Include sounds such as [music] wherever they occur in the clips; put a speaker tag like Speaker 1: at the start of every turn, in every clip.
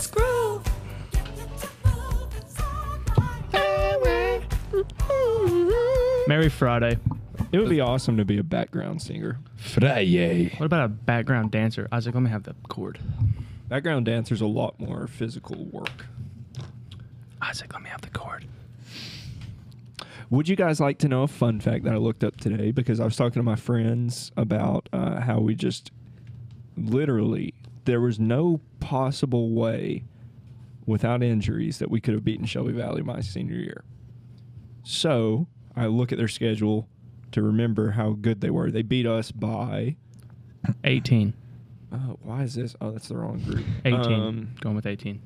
Speaker 1: Scroll.
Speaker 2: Merry Friday.
Speaker 3: It would be awesome to be a background singer.
Speaker 4: Friday.
Speaker 2: What about a background dancer? Isaac, let me have the chord.
Speaker 3: Background dancer's a lot more physical work.
Speaker 2: Isaac, let me have the chord.
Speaker 3: Would you guys like to know a fun fact that I looked up today? Because I was talking to my friends about uh, how we just literally, there was no possible way without injuries that we could have beaten Shelby Valley my senior year. So I look at their schedule to remember how good they were. They beat us by.
Speaker 2: 18.
Speaker 3: Oh, why is this? Oh, that's the wrong group.
Speaker 2: 18.
Speaker 3: Um,
Speaker 2: Going with 18.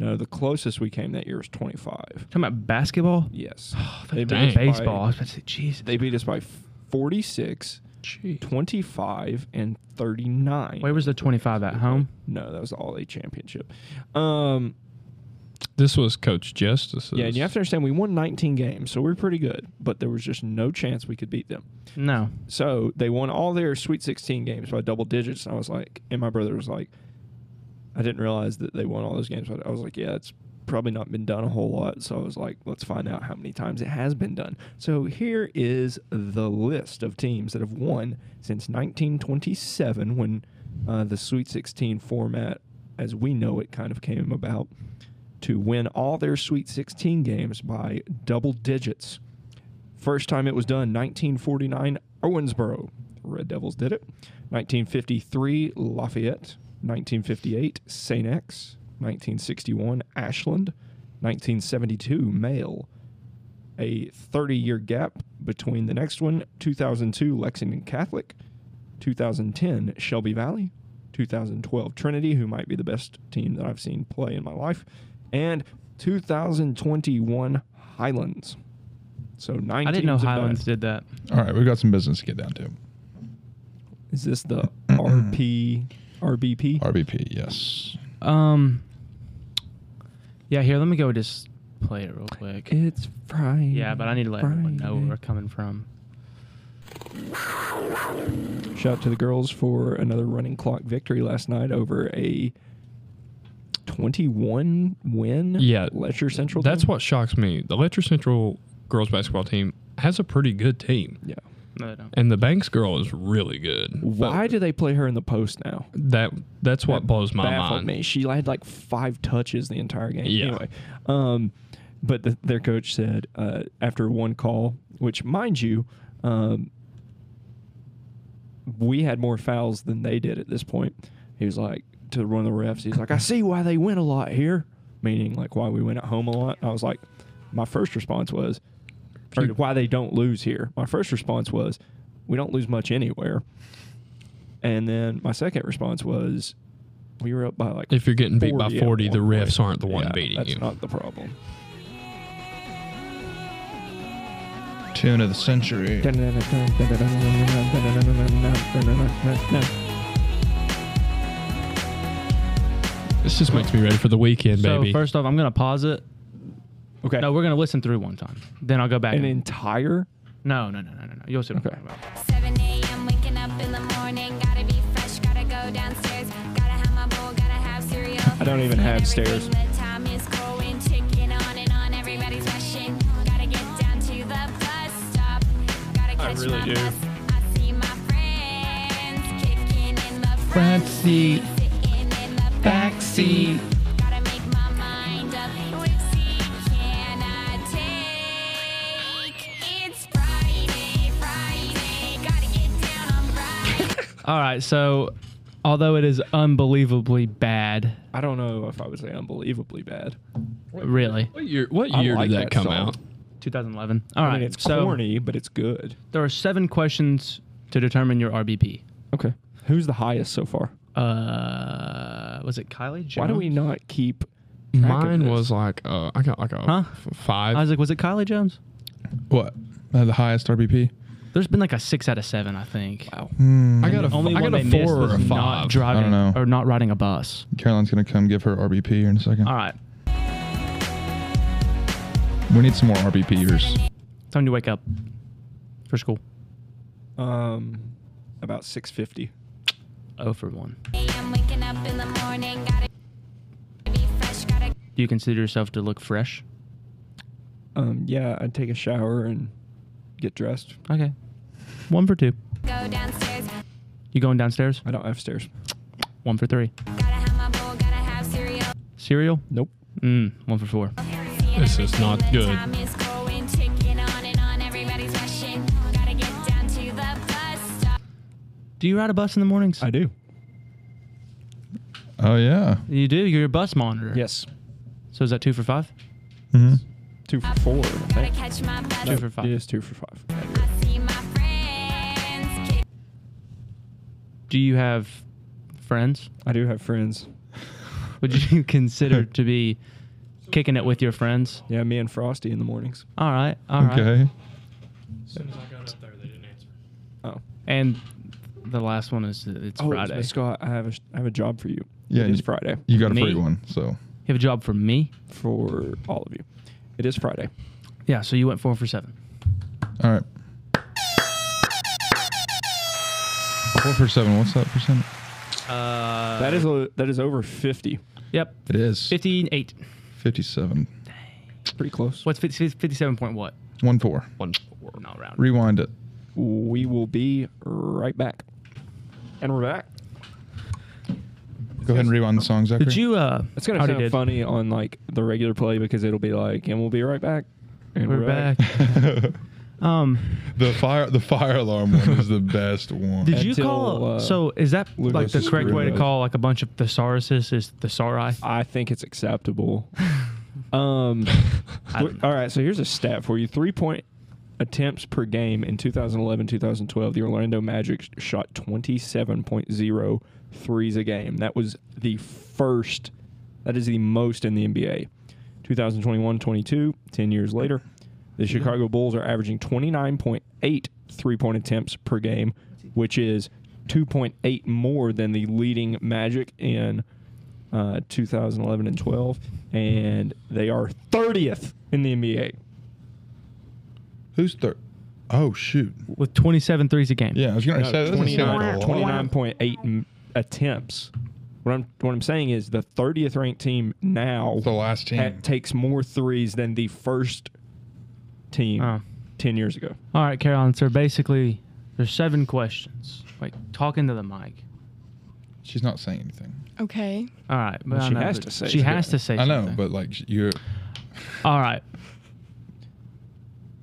Speaker 3: no, the closest we came that year was 25.
Speaker 2: Talking about basketball?
Speaker 3: Yes. [sighs]
Speaker 2: They
Speaker 4: Dang.
Speaker 3: by-
Speaker 2: baseball. I was about to say, jeez.
Speaker 3: They beat us by 46,
Speaker 4: Jeez.
Speaker 3: 25, and 39.
Speaker 2: Where was the 25 at home?
Speaker 3: No, that was the All A championship. Um,
Speaker 4: This was Coach Justice.
Speaker 3: yeah, and you have to understand, we won 19 games, so we we're pretty good, but there was just no chance we could beat them.
Speaker 2: No.
Speaker 3: So they won all their Sweet 16 games by double digits. And I was like, and my brother was like, I didn't realize that they won all those games. But I was like, yeah, it's probably not been done a whole lot. So I was like, let's find out how many times it has been done. So here is the list of teams that have won since 1927 when uh, the Sweet 16 format, as we know it, kind of came about to win all their Sweet 16 games by double digits. First time it was done, 1949, Owensboro. Red Devils did it. 1953, Lafayette. 1958, St. X. 1961, Ashland. 1972, Mail. A 30 year gap between the next one, 2002, Lexington Catholic. 2010, Shelby Valley. 2012, Trinity, who might be the best team that I've seen play in my life. And 2021, Highlands. So nine.
Speaker 2: I didn't know
Speaker 3: teams have done it.
Speaker 2: Highlands did that.
Speaker 4: All right, we've got some business to get down to.
Speaker 3: Is
Speaker 2: [clears throat]
Speaker 3: this the RP RBP?
Speaker 4: RBP, yes.
Speaker 2: Um. Yeah, here, let me go just play it real quick.
Speaker 3: It's Friday.
Speaker 2: yeah, but I need to let everyone know where
Speaker 3: Friday.
Speaker 2: we're coming from.
Speaker 3: Shout out to the girls for another running clock victory last night over a 21 win.
Speaker 4: Yeah,
Speaker 3: Letcher Central.
Speaker 4: That's
Speaker 3: team.
Speaker 4: what shocks me. The Letcher Central girls basketball team has a pretty good team,
Speaker 3: Yeah.
Speaker 2: No, they don't.
Speaker 4: and the Banks girl is really good.
Speaker 3: Why do they play her in the post now?
Speaker 4: that? That's what
Speaker 3: That
Speaker 4: blows my
Speaker 3: baffled
Speaker 4: mind.
Speaker 3: me. She had like five touches the entire game.
Speaker 4: Yeah.
Speaker 3: Anyway, um, but the, their coach said uh, after one call, which mind you, um, we had more fouls than they did at this point. He was like to one of the refs. He's like, I see why they win a lot here, meaning like why we win at home a lot. I was like, my first response was, or why they don't lose here. My first response was, we don't lose much anywhere. And then my second response was, we were up by like.
Speaker 4: If you're getting beat by
Speaker 3: at
Speaker 4: 40, the
Speaker 3: one point.
Speaker 4: refs aren't the one
Speaker 3: Yeah,
Speaker 4: beating
Speaker 3: that's
Speaker 4: you.
Speaker 3: That's not the problem.
Speaker 5: Tune of the century.
Speaker 4: This just makes me ready for the weekend,
Speaker 2: So,
Speaker 4: baby.
Speaker 2: first off, I'm going to pause it.
Speaker 3: Okay.
Speaker 2: No, we're going to listen through one time. Then I'll go back.
Speaker 3: An
Speaker 2: and-
Speaker 3: entire.
Speaker 2: no, no, no, no, no, no. You'll see what
Speaker 3: Okay.
Speaker 2: I'm talking about.
Speaker 6: 7 a.m. waking up in the morning. Gotta be fresh, gotta go downstairs. Gotta have my bowl, gotta have cereal.
Speaker 3: I don't even have stairs.
Speaker 6: The time is going, ticking on and on. Everybody's rushing. Gotta get down to the bus stop. Gotta catch
Speaker 3: really
Speaker 6: my
Speaker 3: do.
Speaker 6: bus. I see my friends kicking in the front,
Speaker 5: Front seat.
Speaker 6: sitting in the back
Speaker 5: Backseat.
Speaker 6: Gotta make my mind up. Whipsy, can I take? It's Friday, Friday. Gotta get down on Friday.
Speaker 2: All right, so although it is unbelievably bad,
Speaker 3: I don't know if I would say unbelievably bad.
Speaker 2: really,
Speaker 4: what year, what
Speaker 3: I
Speaker 4: year
Speaker 3: like
Speaker 4: did that,
Speaker 3: that
Speaker 4: come
Speaker 3: song.
Speaker 4: out?
Speaker 2: 2011. All right,
Speaker 3: I mean, it's
Speaker 2: so
Speaker 3: corny, but it's good.
Speaker 2: there are seven questions to determine your RBP.
Speaker 3: Okay. Who's the highest so far?
Speaker 2: Uh, was it Kylie? Jones?
Speaker 3: Why do we not keep? track of
Speaker 4: Mine
Speaker 3: this?
Speaker 4: was like, uh, I got like a
Speaker 2: Huh?
Speaker 4: f- five.
Speaker 2: I was like, was it Kylie Jones?
Speaker 5: What? Uh, the highest RBP?
Speaker 2: There's been like a six out of seven, I think.
Speaker 3: Wow.
Speaker 5: Hmm.
Speaker 4: I got a, f-
Speaker 2: Only
Speaker 4: I
Speaker 2: one
Speaker 4: got a
Speaker 2: they missed
Speaker 4: four
Speaker 2: was
Speaker 4: or a
Speaker 2: Not
Speaker 4: five.
Speaker 2: driving
Speaker 5: know.
Speaker 2: or not riding a bus.
Speaker 5: Caroline's gonna come give her RBP here in a second.
Speaker 2: All right,
Speaker 5: We need some more RBPers.
Speaker 2: time to wake up for school.
Speaker 3: Um, about six fifty.
Speaker 2: Oh for one.
Speaker 6: I'm waking up in the morning. Gotta
Speaker 2: Do you consider yourself to look fresh?
Speaker 3: Um, yeah, I'd take a shower and get dressed.
Speaker 2: Okay. One for two.
Speaker 6: Go downstairs.
Speaker 2: You going downstairs?
Speaker 3: I don't have stairs.
Speaker 2: One for three.
Speaker 6: Gotta have my bowl, gotta have cereal.
Speaker 2: Cereal?
Speaker 3: Nope.
Speaker 2: Mm, one for four.
Speaker 4: This is not good.
Speaker 2: Do you ride a bus in the mornings?
Speaker 3: I do.
Speaker 5: Oh yeah.
Speaker 2: You do? You're a bus monitor.
Speaker 3: Yes.
Speaker 2: So is that two for five?
Speaker 5: hmm
Speaker 3: Two for four. I think.
Speaker 2: Two for five.
Speaker 3: It is two for five.
Speaker 2: Do you have friends?
Speaker 3: I do have friends.
Speaker 2: Would you [laughs]
Speaker 3: [laughs]
Speaker 2: consider to be kicking it with your friends?
Speaker 3: Yeah, me and Frosty in the mornings.
Speaker 2: All right. all right.
Speaker 5: Okay.
Speaker 4: As soon as I got up there, they didn't answer.
Speaker 3: Oh.
Speaker 2: And the last one is uh, it's
Speaker 3: oh,
Speaker 2: Friday.
Speaker 3: Scott, I have a sh- I have a job for you.
Speaker 5: Yeah,
Speaker 3: It is
Speaker 5: you-
Speaker 3: Friday
Speaker 5: You got a
Speaker 2: Me?
Speaker 5: free one, so
Speaker 2: You have a job for me?
Speaker 3: for all of you. It is Friday.
Speaker 2: Yeah, so you went four for seven.
Speaker 5: all right. Four for seven. What's that percent?
Speaker 2: Uh,
Speaker 3: That is a, that is over fifty.
Speaker 2: Yep.
Speaker 5: It is
Speaker 2: 58.
Speaker 5: fifty-seven.
Speaker 3: Pretty close.
Speaker 2: What's 50, 57 point what?
Speaker 5: One four.
Speaker 4: One four.
Speaker 2: Not round.
Speaker 5: Rewind it.
Speaker 3: We will be right back. And we're back.
Speaker 5: Go ahead and rewind the song, Zachary. [laughs]
Speaker 2: Did you? uh
Speaker 3: It's gonna
Speaker 2: howdy
Speaker 3: sound
Speaker 2: did.
Speaker 3: funny on like the regular play because it'll be like, and we'll be right back. And
Speaker 2: We're back.
Speaker 3: [laughs]
Speaker 2: Um,
Speaker 5: the fire the fire alarm one is the best
Speaker 2: [laughs]
Speaker 5: one.
Speaker 2: did you
Speaker 3: Until,
Speaker 2: call?
Speaker 3: uh,
Speaker 2: so is that like the
Speaker 5: Lucas
Speaker 2: correct way to
Speaker 5: Rudolph.
Speaker 2: call like a bunch of thesauruses is thesauri?
Speaker 3: I think
Speaker 2: [laughs]
Speaker 3: it's acceptable. um,
Speaker 2: I
Speaker 3: th-
Speaker 2: don't know.
Speaker 3: all right. So here's a stat for you: three point attempts per game in 2011-2012. The Orlando Magic shot 27.0 threes a game. That was the first. That is the most in the NBA. 2021-22, 10 years later, the
Speaker 2: Mm-hmm.
Speaker 3: Chicago Bulls are averaging 29.8 three-point attempts per game, which is 2.8 more than the leading Magic in uh, 2011 and 12, and they are 30th in the NBA.
Speaker 5: Who's third? Oh shoot.
Speaker 2: With 27 threes a game.
Speaker 5: Yeah, I was gonna
Speaker 3: No,
Speaker 5: say that doesn't sound
Speaker 3: 29
Speaker 5: like a lot.
Speaker 3: 29.8 m- attempts. What I'm what I'm saying is the 30th ranked team now
Speaker 5: The last
Speaker 3: ha-
Speaker 5: team.
Speaker 3: takes more threes than the first team
Speaker 2: Oh.
Speaker 3: 10 years ago.
Speaker 2: All right, Caroline. So basically, there's seven questions. Like talking to the mic.
Speaker 5: She's not saying anything.
Speaker 1: Okay.
Speaker 2: All right, but
Speaker 3: Well,
Speaker 2: I
Speaker 3: she
Speaker 2: know,
Speaker 3: has
Speaker 2: but
Speaker 3: to say
Speaker 2: She
Speaker 3: something.
Speaker 2: has to say.
Speaker 5: I know,
Speaker 2: something.
Speaker 5: but like sh- you're [laughs]
Speaker 2: all right.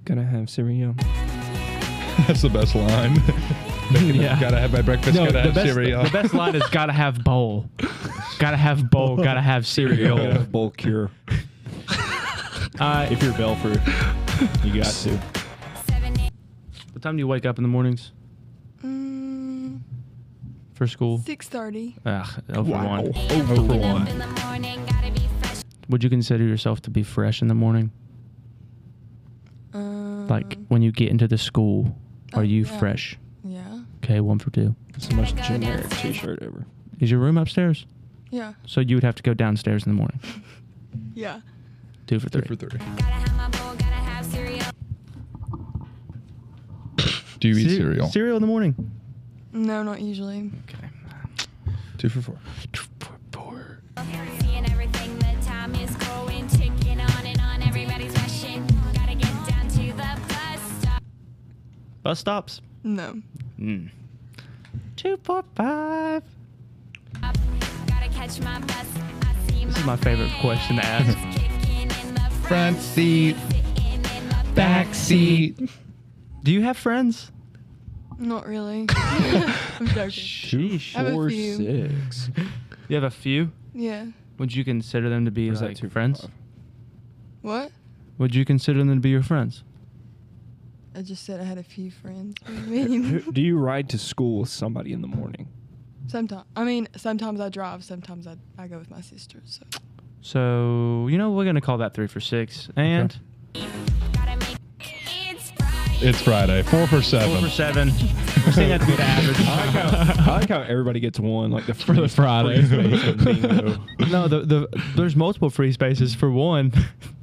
Speaker 3: Gonna have cereal.
Speaker 5: that's the best line. [laughs]
Speaker 2: Yeah.
Speaker 5: Gotta have my breakfast,
Speaker 2: No,
Speaker 5: gotta
Speaker 2: the
Speaker 5: have
Speaker 2: best,
Speaker 5: cereal.
Speaker 2: the best line
Speaker 5: [laughs]
Speaker 2: is gotta have bowl, gotta have bowl, gotta have cereal.
Speaker 3: Gotta have bulk cure.
Speaker 2: Uh,
Speaker 3: If you're Belford, you got to.
Speaker 2: what time do you wake up in the mornings
Speaker 1: Mm,
Speaker 2: for school?
Speaker 1: Six thirty.
Speaker 2: Ugh, oh for one.
Speaker 5: Over one.
Speaker 2: Would you consider yourself to be fresh in the morning?
Speaker 1: Um,
Speaker 2: Like when you get into the school, are
Speaker 1: Oh,
Speaker 2: you
Speaker 1: yeah.
Speaker 2: fresh?
Speaker 1: Yeah.
Speaker 2: Okay, one for two.
Speaker 3: It's the most generic t-shirt ever.
Speaker 2: Is your room upstairs?
Speaker 1: Yeah.
Speaker 2: So you would have to go downstairs in the
Speaker 1: [laughs]
Speaker 2: morning.
Speaker 1: Yeah.
Speaker 2: Two for three.
Speaker 5: Two for three. Do you eat
Speaker 2: Cere-
Speaker 5: cereal?
Speaker 2: Cereal in the morning.
Speaker 1: No, not usually.
Speaker 2: Okay.
Speaker 5: Two for four.
Speaker 2: Two for four. Bus stops.
Speaker 1: No.
Speaker 2: Mm. Two for five.
Speaker 6: This
Speaker 2: is my favorite question to ask.
Speaker 5: Front seat, back seat.
Speaker 2: Do you have friends?
Speaker 1: Not really. [laughs] I'm joking.
Speaker 3: Two,
Speaker 1: I have a
Speaker 3: four,
Speaker 1: few.
Speaker 3: six.
Speaker 2: You have a few.
Speaker 1: Yeah.
Speaker 2: Would you consider them to be
Speaker 3: Or is that
Speaker 2: like
Speaker 3: two for
Speaker 2: friends?
Speaker 3: five?
Speaker 1: What?
Speaker 2: Would you consider them to be your friends?
Speaker 1: I just said I had a few friends. [laughs] What do you mean?
Speaker 3: Who- Do you ride to school with somebody in the morning?
Speaker 1: Sometimes. I mean, sometimes I drive. Sometimes I, I go with my sister. So.
Speaker 2: So you know we're gonna call that three for six and
Speaker 5: It's Friday. Four for seven.
Speaker 2: four for seven. We're saying that's good average.
Speaker 3: I like how
Speaker 5: [laughs]
Speaker 3: everybody gets
Speaker 2: [laughs]
Speaker 3: one, like the for
Speaker 4: the Friday.
Speaker 3: [laughs]
Speaker 2: no, [laughs] the, the there's multiple free spaces. For one, [laughs]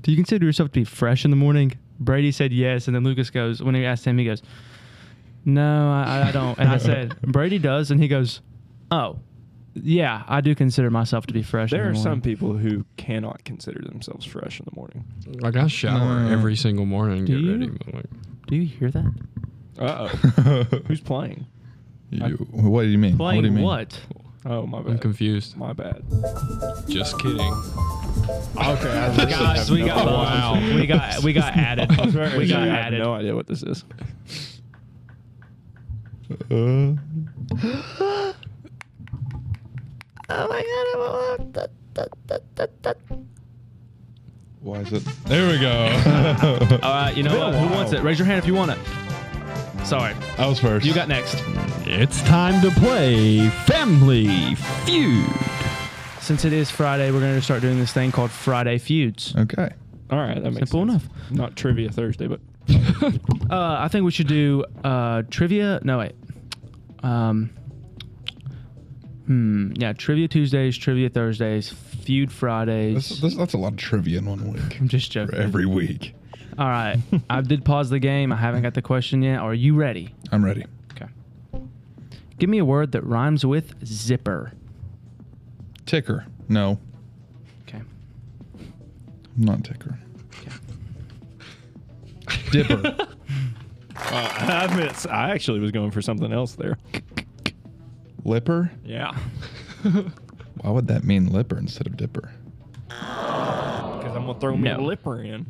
Speaker 2: do you consider yourself to be fresh in the morning? Brady said yes, and then Lucas goes when he asked him, he goes,
Speaker 5: [laughs]
Speaker 2: "No, I, I don't." And I said, "Brady does," and he goes, "Oh." yeah, I do consider myself to be fresh. in
Speaker 3: There
Speaker 2: the
Speaker 3: are some
Speaker 2: morning.
Speaker 3: people who cannot consider themselves fresh in the morning.
Speaker 4: Like I shower
Speaker 5: No.
Speaker 4: every single morning and
Speaker 2: Do
Speaker 4: get
Speaker 2: you?
Speaker 4: ready. But like,
Speaker 2: Do you hear that?
Speaker 3: Uh [laughs] Who's playing?
Speaker 5: You, what do you mean?
Speaker 2: Playing
Speaker 5: what? Do you mean?
Speaker 2: what?
Speaker 3: Oh, my bad.
Speaker 4: I'm confused.
Speaker 3: My bad.
Speaker 4: Just kidding.
Speaker 5: Okay, I
Speaker 2: [laughs]
Speaker 5: really
Speaker 3: [laughs]
Speaker 2: Guys,
Speaker 5: have
Speaker 2: we
Speaker 5: no
Speaker 2: got
Speaker 4: Wow.
Speaker 5: idea.
Speaker 2: we got we got added.
Speaker 5: I was very
Speaker 2: we got
Speaker 3: I have
Speaker 2: added.
Speaker 3: no idea what this is.
Speaker 5: Uh, [laughs] why is it? There we go. [laughs]
Speaker 2: All right, you know what? Who wants it? Raise your hand if you want it. Sorry,
Speaker 5: I was first.
Speaker 2: you got next.
Speaker 4: It's time to play Family Feud.
Speaker 2: Since it is Friday, we're going to start doing this thing called Friday Feuds.
Speaker 5: Okay.
Speaker 3: All right, that makes
Speaker 2: Simple
Speaker 3: sense.
Speaker 2: enough.
Speaker 3: Not trivia Thursday, but
Speaker 2: Uh, I think we should do uh, trivia. No wait. Um, hmm. Yeah, trivia Tuesdays, trivia Thursdays, feud Fridays.
Speaker 5: That's, that's, that's a lot of trivia in one week.
Speaker 2: [laughs] I'm just
Speaker 5: For
Speaker 2: joking.
Speaker 5: every week.
Speaker 2: All right. I did pause the game. I haven't got the question yet. Are you ready?
Speaker 5: I'm ready.
Speaker 2: Okay. Give me a word that rhymes with zipper.
Speaker 5: Ticker. No,
Speaker 2: Okay.
Speaker 5: not ticker.
Speaker 2: Okay.
Speaker 5: Dipper.
Speaker 3: [laughs]
Speaker 2: [laughs]
Speaker 3: I, admit, I actually was going for something else there.
Speaker 5: Lipper?
Speaker 3: Yeah.
Speaker 2: [laughs]
Speaker 5: Why would that mean lipper instead of dipper?
Speaker 3: Because I'm going to throw
Speaker 2: me
Speaker 3: me
Speaker 2: a
Speaker 3: a lipper in.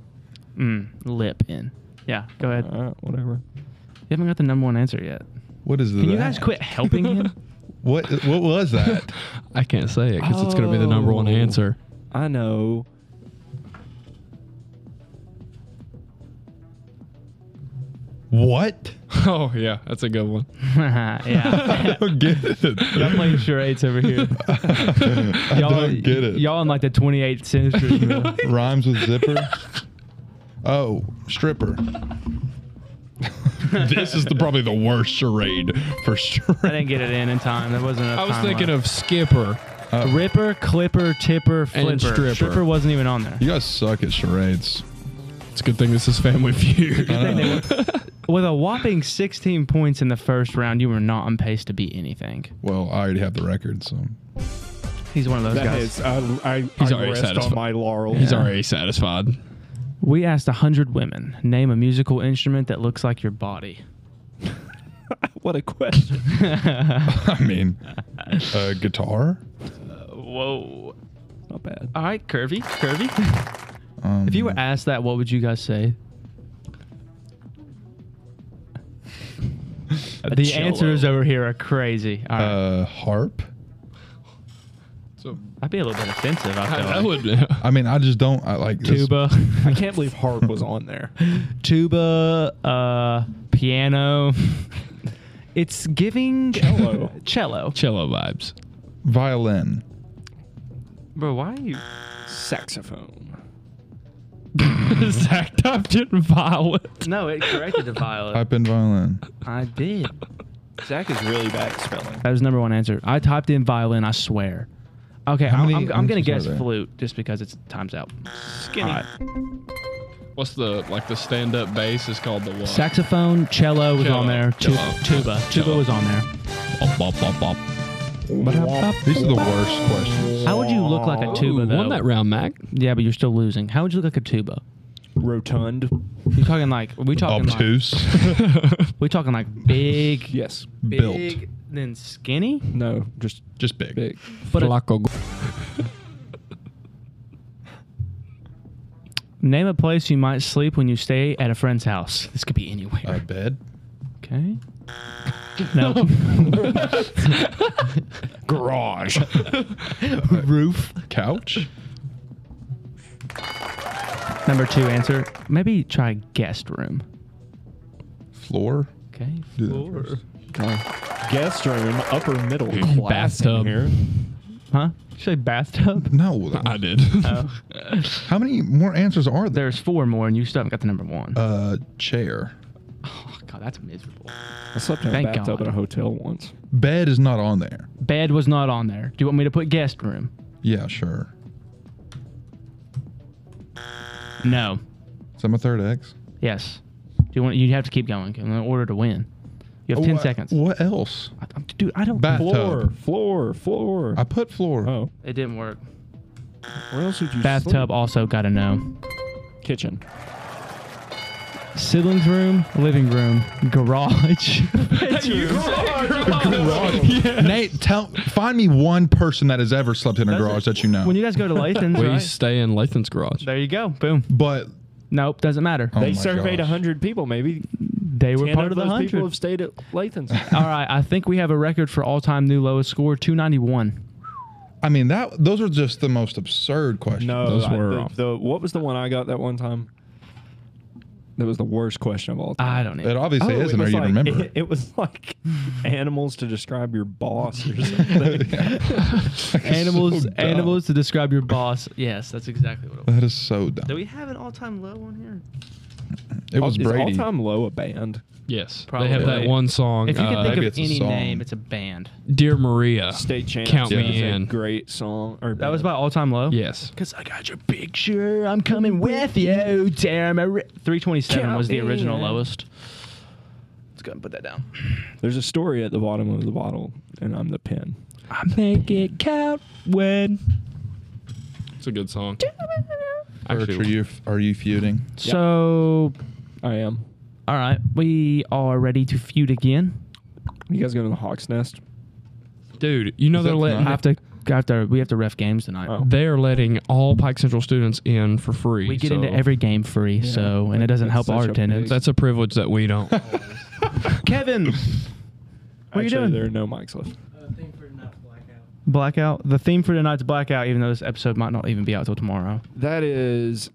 Speaker 2: Mm, lip in. Yeah. Go ahead.
Speaker 5: Uh-huh.
Speaker 3: All right, whatever.
Speaker 2: You haven't got the number one answer yet.
Speaker 5: What is
Speaker 2: Can
Speaker 5: that?
Speaker 2: you guys quit helping
Speaker 5: [laughs]
Speaker 2: him? [laughs]
Speaker 5: What what was that?
Speaker 4: I can't say it because it's going to be the number one
Speaker 3: Oh.
Speaker 4: answer.
Speaker 3: I know.
Speaker 5: what?
Speaker 4: [laughs] Oh yeah, that's a good one.
Speaker 5: I
Speaker 2: yeah.
Speaker 5: don't get
Speaker 2: [laughs]
Speaker 5: it.
Speaker 2: Y'all playing charades over here.
Speaker 5: [laughs] I
Speaker 2: y'all
Speaker 5: [laughs] don't get it.
Speaker 2: Y'all in like the 28th century.
Speaker 5: [laughs]
Speaker 2: man.
Speaker 5: Rhymes with zipper?
Speaker 2: [laughs]
Speaker 5: Oh, stripper. this is the, probably the worst charade for sure.
Speaker 2: I didn't get it in in time. That wasn't enough
Speaker 4: I was
Speaker 2: time
Speaker 4: thinking
Speaker 2: left.
Speaker 4: of Skipper.
Speaker 2: Ripper, Clipper, Tipper, Flipper.
Speaker 4: stripper.
Speaker 2: stripper wasn't even on there.
Speaker 5: You guys suck at charades.
Speaker 4: It's a good thing this is Family Feud.
Speaker 5: I know.
Speaker 2: With a whopping 16 points in the first round, you were not on pace to beat anything.
Speaker 5: Well, I already have the record, so [laughs]
Speaker 2: He's one of those
Speaker 3: That
Speaker 2: guys.
Speaker 3: is, I, I,
Speaker 4: He's
Speaker 3: I
Speaker 4: already
Speaker 3: rest
Speaker 4: satisfied.
Speaker 3: on my
Speaker 4: [laughs]
Speaker 3: laurels.
Speaker 4: [laughs] He's already satisfied.
Speaker 2: We asked 100 women, name a musical instrument that looks like your body.
Speaker 3: [laughs] what a question.
Speaker 5: I mean, uh, guitar.
Speaker 2: [laughs] Whoa.
Speaker 3: Not bad.
Speaker 2: All right, curvy, curvy.
Speaker 5: Um,
Speaker 2: If you were asked that, what would you guys say? the
Speaker 3: cello.
Speaker 2: answers over here are crazy. All right.
Speaker 5: uh, harp.
Speaker 4: So
Speaker 2: That'd be a little bit offensive, I feel
Speaker 4: that
Speaker 2: like.
Speaker 4: would. [laughs]
Speaker 5: I mean, I just don't. I like this-
Speaker 2: [laughs] Tuba.
Speaker 3: I can't believe harp was on [laughs] there.
Speaker 2: Tuba, uh, piano. [laughs] it's giving
Speaker 3: Cello.
Speaker 2: cello.
Speaker 4: Cello vibes.
Speaker 5: [laughs] violin.
Speaker 2: Bro, why are you
Speaker 3: Saxophone.
Speaker 4: Zach Tufton Violet.
Speaker 2: No, it corrected the violet.
Speaker 5: Pipe and violin.
Speaker 2: I did.
Speaker 3: Zach is really bad at spelling.
Speaker 2: That was number one answer. I typed in violin. I swear. Okay,
Speaker 5: How
Speaker 2: I'm,
Speaker 5: many
Speaker 2: I'm, I'm gonna
Speaker 5: answers
Speaker 2: guess
Speaker 5: are there?
Speaker 2: flute just because it's time's out.
Speaker 3: Skinny.
Speaker 4: What's the like the stand up bass is called the what?
Speaker 2: Saxophone, cello was
Speaker 4: Cello.
Speaker 2: on there. Tu-
Speaker 4: Cello.
Speaker 2: Tuba, tuba
Speaker 4: Cello.
Speaker 2: was on there.
Speaker 4: Bop, bop, bop, bop.
Speaker 5: These are the worst questions.
Speaker 2: How would you look like a
Speaker 4: Ooh,
Speaker 2: tuba though?
Speaker 4: won that round, [laughs] Mac.
Speaker 2: yeah, but you're still losing. How would you look like a tuba?
Speaker 3: Rotund.
Speaker 2: You talking like we talking like,
Speaker 5: Obtuse.
Speaker 2: we talking like big,
Speaker 3: Yes.
Speaker 2: big,
Speaker 5: Built.
Speaker 2: then skinny?
Speaker 3: No, just
Speaker 5: Just big.
Speaker 3: big.
Speaker 2: But a,
Speaker 4: Flacco.
Speaker 2: [laughs] name a place you might sleep when you stay at a friend's house. This could be anywhere.
Speaker 5: [laughs] Uh, bed.
Speaker 2: [laughs] okay. [laughs] No.
Speaker 5: Garage.
Speaker 2: Roof.
Speaker 5: Uh, Couch.
Speaker 2: Number two answer. Maybe try guest room.
Speaker 5: Floor.
Speaker 2: Okay.
Speaker 5: Do that first.
Speaker 3: Guest room, upper middle class in
Speaker 4: Bathtub.
Speaker 3: here.
Speaker 2: Huh? Did you say bathtub? [laughs]
Speaker 5: No. that-
Speaker 4: [laughs] I did.
Speaker 5: How many more answers are there?
Speaker 2: There's four more, and you still haven't got the number one.
Speaker 5: Uh, chair.
Speaker 2: oh, God, that's miserable.
Speaker 3: I slept in a
Speaker 2: Thank
Speaker 3: bathtub
Speaker 2: God.
Speaker 3: at a hotel once.
Speaker 5: Bed is not on there.
Speaker 2: Bed was not on there. Do you want me to put guest room?
Speaker 5: Yeah, sure.
Speaker 2: No.
Speaker 5: Is that my third X?
Speaker 2: Yes. Do you want? You'd have to keep going in order to win. You have 10
Speaker 5: Wha-
Speaker 2: seconds.
Speaker 5: What else?
Speaker 2: I- I'm- dude, I don't.
Speaker 5: Bathtub.
Speaker 3: Floor, floor, floor.
Speaker 5: I put floor.
Speaker 3: oh,
Speaker 2: It didn't work.
Speaker 3: where else would you?
Speaker 2: Bathtub
Speaker 3: sleep?
Speaker 2: also got to know.
Speaker 3: kitchen.
Speaker 2: Siblings room, living room, garage.
Speaker 5: Garage. Nate, tell find me one person that has ever slept in a
Speaker 2: That's
Speaker 5: garage
Speaker 2: it.
Speaker 5: that you
Speaker 2: [laughs]
Speaker 5: know.
Speaker 2: when you guys go to Lathan's,
Speaker 4: We
Speaker 2: right?
Speaker 4: stay in Lathan's garage.
Speaker 2: There you go. Boom.
Speaker 5: but
Speaker 2: Nope, doesn't matter.
Speaker 5: Oh
Speaker 3: They
Speaker 5: my
Speaker 3: surveyed a
Speaker 5: gosh.
Speaker 3: hundred people. Maybe
Speaker 2: They were
Speaker 3: ten
Speaker 2: part
Speaker 3: of,
Speaker 2: of the
Speaker 3: those people have
Speaker 2: hundred.
Speaker 3: stayed at
Speaker 2: [laughs]
Speaker 3: Lathan's.
Speaker 2: All right, I think we have a record for all-time new lowest score, 291.
Speaker 5: I mean that those are just the most absurd
Speaker 3: [laughs]
Speaker 5: questions.
Speaker 3: no,
Speaker 4: Those
Speaker 3: I-
Speaker 4: were
Speaker 3: the,
Speaker 4: off.
Speaker 3: the- what was the one I got that one time? That was the worst question of all time.
Speaker 2: I don't
Speaker 5: It
Speaker 2: know.
Speaker 5: obviously
Speaker 3: Oh, it
Speaker 5: isn't, or
Speaker 3: was
Speaker 5: you
Speaker 3: like- [laughs]
Speaker 5: remember.
Speaker 3: It, it was like animals to describe your boss or
Speaker 5: [laughs]
Speaker 3: something.
Speaker 2: Animals,
Speaker 5: So dumb.
Speaker 2: animals to describe your boss. Yes, that's exactly what it was.
Speaker 5: [laughs] That is so dumb.
Speaker 2: Do we have an all-time low on here?
Speaker 5: it was
Speaker 3: Is
Speaker 5: Brady.
Speaker 3: all-time low a band?
Speaker 4: Yes,
Speaker 2: Probably.
Speaker 4: they have that one song.
Speaker 2: If you
Speaker 4: uh,
Speaker 2: can think
Speaker 5: maybe
Speaker 2: of
Speaker 5: it's a
Speaker 2: any
Speaker 5: song.
Speaker 2: name, it's a band.
Speaker 4: Dear Maria,
Speaker 3: State Champs.
Speaker 4: Count
Speaker 5: Yeah.
Speaker 4: me
Speaker 3: is a
Speaker 4: in.
Speaker 3: Great song. Or
Speaker 2: That was by all-time low.
Speaker 4: Yes,
Speaker 2: Cause I got your picture. I'm coming with you, damn it. 327 was the original
Speaker 3: Yeah.
Speaker 2: lowest. Let's go ahead and put that down.
Speaker 3: There's a story at the bottom of the bottle, and I'm
Speaker 2: [laughs]
Speaker 3: the pen.
Speaker 2: I make it count when.
Speaker 4: it's a good song.
Speaker 5: Birch, are
Speaker 4: Actually,
Speaker 5: you are you feuding?
Speaker 2: So,
Speaker 3: I am.
Speaker 2: all right, we are ready to feud again.
Speaker 3: You guys go to the Hawk's Nest.
Speaker 4: dude, you know
Speaker 5: Is
Speaker 4: they're
Speaker 5: that
Speaker 4: letting
Speaker 2: I have to. I have to. We have to ref games tonight.
Speaker 3: Oh.
Speaker 4: they are letting all Pike Central students in for free.
Speaker 2: We get
Speaker 4: so
Speaker 2: into every game free, so and it doesn't
Speaker 3: That's
Speaker 2: help our
Speaker 3: such a
Speaker 2: attendance.
Speaker 3: big-
Speaker 4: That's a privilege that
Speaker 3: [laughs]
Speaker 4: we don't.
Speaker 2: [laughs] Kevin. What are you
Speaker 3: Actually,
Speaker 2: doing?
Speaker 3: There are no mics left.
Speaker 2: Blackout. The theme for tonight's blackout, even though this episode might not even be out till tomorrow.
Speaker 3: That is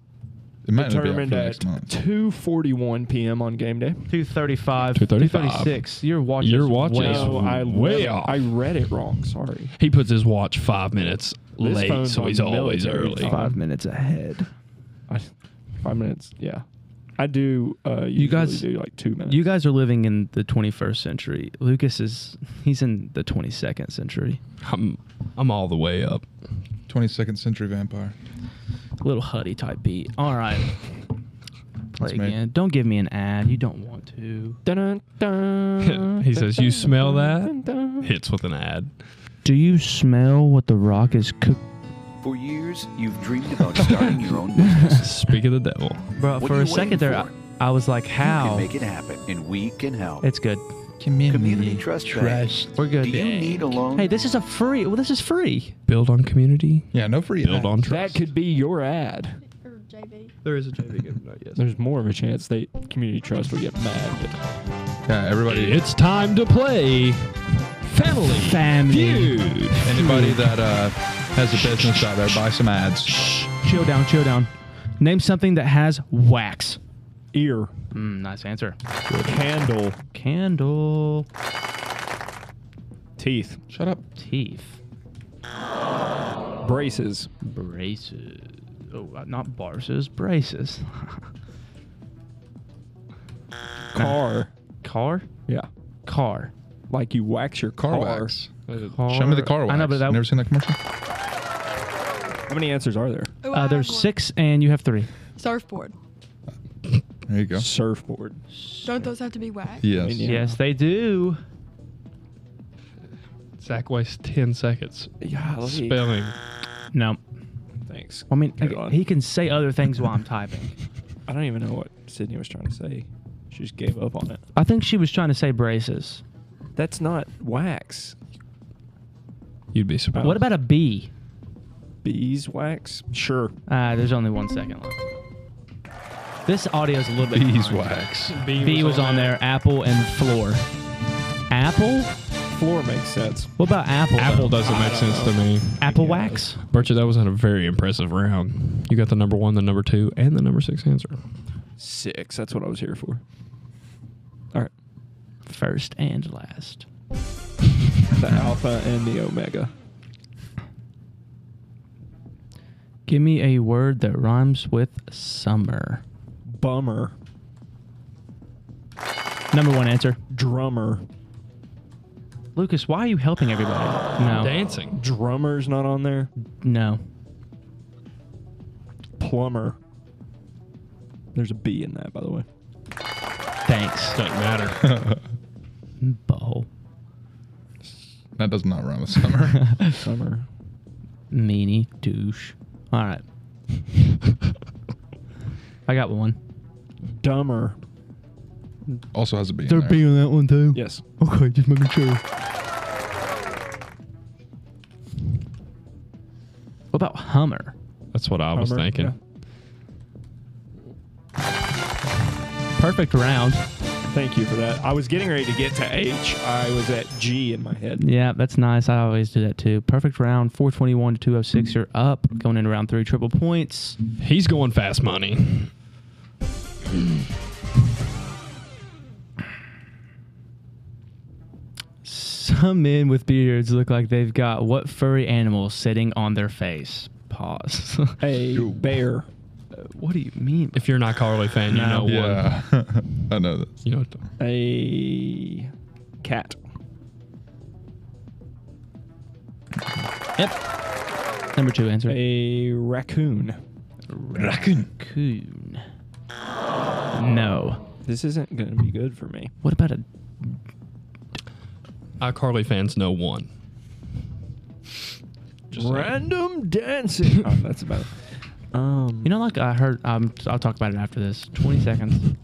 Speaker 5: It might not be out
Speaker 3: determined
Speaker 5: for
Speaker 3: at
Speaker 5: next month.
Speaker 3: 2:41 p.m. on game day.
Speaker 2: 235.
Speaker 4: 235.
Speaker 2: 236. Your watch.
Speaker 4: Your
Speaker 2: is
Speaker 4: watch
Speaker 2: way
Speaker 4: is-
Speaker 2: off.
Speaker 3: No, I
Speaker 4: way
Speaker 3: read,
Speaker 4: off.
Speaker 3: I read it wrong. Sorry.
Speaker 4: he puts his watch five minutes
Speaker 3: This
Speaker 4: late,
Speaker 3: phone's
Speaker 4: so
Speaker 3: on
Speaker 4: he's always
Speaker 3: military
Speaker 4: early.
Speaker 3: time.
Speaker 2: five minutes ahead.
Speaker 3: I, five minutes. Yeah, I do. Uh, you
Speaker 2: guys-
Speaker 3: do like two minutes.
Speaker 2: You guys are living in the 21st century. Lucas is he's in the 22nd century.
Speaker 4: I'm, I'm all the way up. [laughs]
Speaker 5: 22nd century vampire.
Speaker 2: Little huddy type beat. All right. Play
Speaker 5: That's me.
Speaker 2: again. Don't give me an ad. You don't want to.
Speaker 3: Dun, dun, dun,
Speaker 4: he says, "You smell that?"
Speaker 3: dun, dun.
Speaker 4: Hits with an ad.
Speaker 2: Do you smell what the rock is cook?
Speaker 7: For years, you've dreamed about starting your own business.
Speaker 4: Speak of the devil.
Speaker 2: Bro,
Speaker 7: What
Speaker 2: for
Speaker 7: are
Speaker 2: a
Speaker 7: you
Speaker 2: second
Speaker 7: waiting
Speaker 2: there,
Speaker 7: for?
Speaker 2: I, I was like,
Speaker 7: You
Speaker 2: how?
Speaker 7: can make it happen, and we can help.
Speaker 2: It's good.
Speaker 5: Community,
Speaker 7: Trust Bank.
Speaker 2: We're good.
Speaker 7: Do you need a loan?
Speaker 2: Hey, this is a free. Well, this is free.
Speaker 4: Build on community.
Speaker 5: Yeah, no free.
Speaker 4: Build
Speaker 5: ads.
Speaker 4: on
Speaker 3: That
Speaker 4: trust.
Speaker 3: could be your ad.
Speaker 8: or JV.
Speaker 4: there is a JV given out. Yes.
Speaker 3: There's more of a chance that community trust would get mad.
Speaker 5: Yeah, everybody.
Speaker 4: It's time to play Family
Speaker 2: Family.
Speaker 4: Feud.
Speaker 5: Anybody that uh, has a business out there, buy some ads.
Speaker 2: Chill down, chill down. Name something that has wax.
Speaker 3: Ear,
Speaker 2: Mm, nice answer.
Speaker 3: candle,
Speaker 2: Candle.
Speaker 3: teeth,
Speaker 5: Shut up.
Speaker 2: Teeth.
Speaker 3: braces.
Speaker 2: Braces. Oh, uh, not barses, braces. [laughs]
Speaker 3: car.
Speaker 2: car?
Speaker 3: Yeah,
Speaker 2: Car.
Speaker 3: like you wax your
Speaker 5: Car
Speaker 3: car.
Speaker 5: wax.
Speaker 2: car.
Speaker 5: Uh, Show me the car wax.
Speaker 2: I know, but that
Speaker 5: Never seen that commercial.
Speaker 3: How many answers are there?
Speaker 1: Oh, I
Speaker 2: uh,
Speaker 1: have
Speaker 2: there's
Speaker 1: one.
Speaker 2: six, and you have three.
Speaker 1: Surfboard.
Speaker 5: There you go.
Speaker 3: Surfboard.
Speaker 1: Don't those have to be whacked?
Speaker 5: Yes.
Speaker 3: Yeah.
Speaker 2: Yes, they do.
Speaker 4: Zach wastes 10 seconds
Speaker 3: Yeah, let me-
Speaker 4: spelling.
Speaker 2: No,
Speaker 3: Thanks.
Speaker 2: I mean
Speaker 3: Caroline.
Speaker 2: he can say other things while I'm typing.
Speaker 3: I don't even know what Sydney was trying to say. She just gave up on it.
Speaker 2: I think she was trying to say braces.
Speaker 3: That's not wax.
Speaker 4: You'd be surprised.
Speaker 2: What about a bee?
Speaker 3: Beeswax? Sure.
Speaker 2: Uh, there's only one second left. This audio is a little bit. behind.
Speaker 5: Beeswax.
Speaker 4: B,
Speaker 2: Bee was on there. Apple and floor. Apple?
Speaker 3: Floor makes sense.
Speaker 2: What about apple?
Speaker 4: Apple
Speaker 2: though?
Speaker 4: doesn't make sense to me.
Speaker 2: Apple
Speaker 3: Yeah.
Speaker 2: wax.
Speaker 4: Bertrand, that was a very impressive round. You got the number one, the number two, and the number six answer.
Speaker 3: Six. That's what I was here for. All right.
Speaker 2: First and last.
Speaker 3: The alpha and the omega.
Speaker 2: Give me a word that rhymes with summer.
Speaker 3: Bummer.
Speaker 2: Number one answer.
Speaker 3: Drummer.
Speaker 2: Lucas, why are you helping everybody? No.
Speaker 4: Dancing.
Speaker 3: Drummer's not on there.
Speaker 2: No.
Speaker 3: Plumber. There's a B in that, by the way.
Speaker 2: Thanks. [laughs]
Speaker 4: Doesn't matter.
Speaker 2: Butthole.
Speaker 5: That does not rhyme
Speaker 2: [laughs]
Speaker 5: with summer.
Speaker 3: Summer.
Speaker 2: Meanie. Douche. All right. [laughs] I got one.
Speaker 3: Dumber.
Speaker 5: also has a B. in there.
Speaker 2: on that one too?
Speaker 3: Yes.
Speaker 2: Okay, just making sure. What about Hummer?
Speaker 4: That's what I was
Speaker 3: Hummer,
Speaker 4: thinking.
Speaker 2: Perfect round.
Speaker 3: Thank you for that. I was getting ready to get to H. I was at G in my head.
Speaker 2: Yeah, that's nice. I always do that too. Perfect round, 421 to 206. You're up. Going into round three, triple points.
Speaker 4: He's going fast money.
Speaker 2: Some men with beards look like they've got what furry animal sitting on their face? Pause. [laughs]
Speaker 3: A bear.
Speaker 2: what do you mean?
Speaker 4: If you're not Carly fan, you
Speaker 2: No.
Speaker 4: know one.
Speaker 5: Yeah, [laughs] I know that.
Speaker 4: You know what the-
Speaker 3: A cat.
Speaker 2: Yep. Number two answer.
Speaker 3: A raccoon.
Speaker 2: Raccoon. No.
Speaker 3: This isn't going to be good for me.
Speaker 2: What about a
Speaker 4: iCarly fans know one. Just saying.
Speaker 3: Random dancing. [laughs] oh, that's about it. Um,
Speaker 2: You know, like I heard. Um, I'll talk about it after this. Twenty seconds.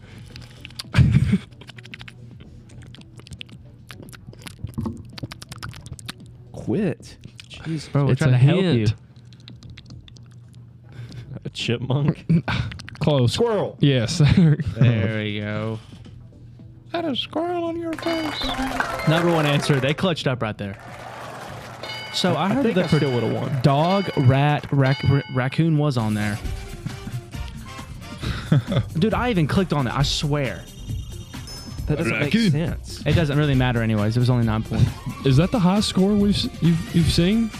Speaker 3: quit. Jeez,
Speaker 2: Bro, we're
Speaker 4: It's
Speaker 2: trying to
Speaker 4: a
Speaker 2: help you.
Speaker 4: hint.
Speaker 3: A chipmunk.
Speaker 4: Close.
Speaker 3: Squirrel.
Speaker 4: Yes. [laughs]
Speaker 2: There we go.
Speaker 5: Had a squirrel on your face.
Speaker 2: Number one answer. They clutched up right there. So I heard
Speaker 3: think
Speaker 2: that
Speaker 3: I
Speaker 2: pro-
Speaker 3: still would've won.
Speaker 2: Dog, rat, rac- r- raccoon was on
Speaker 3: [laughs]
Speaker 2: there. Dude, I even clicked on it. I swear.
Speaker 3: That doesn't make
Speaker 5: Raccoon.
Speaker 3: sense.
Speaker 2: It doesn't really matter, anyways. It was only nine points.
Speaker 4: Is that the high score we've s- you've, you've seen?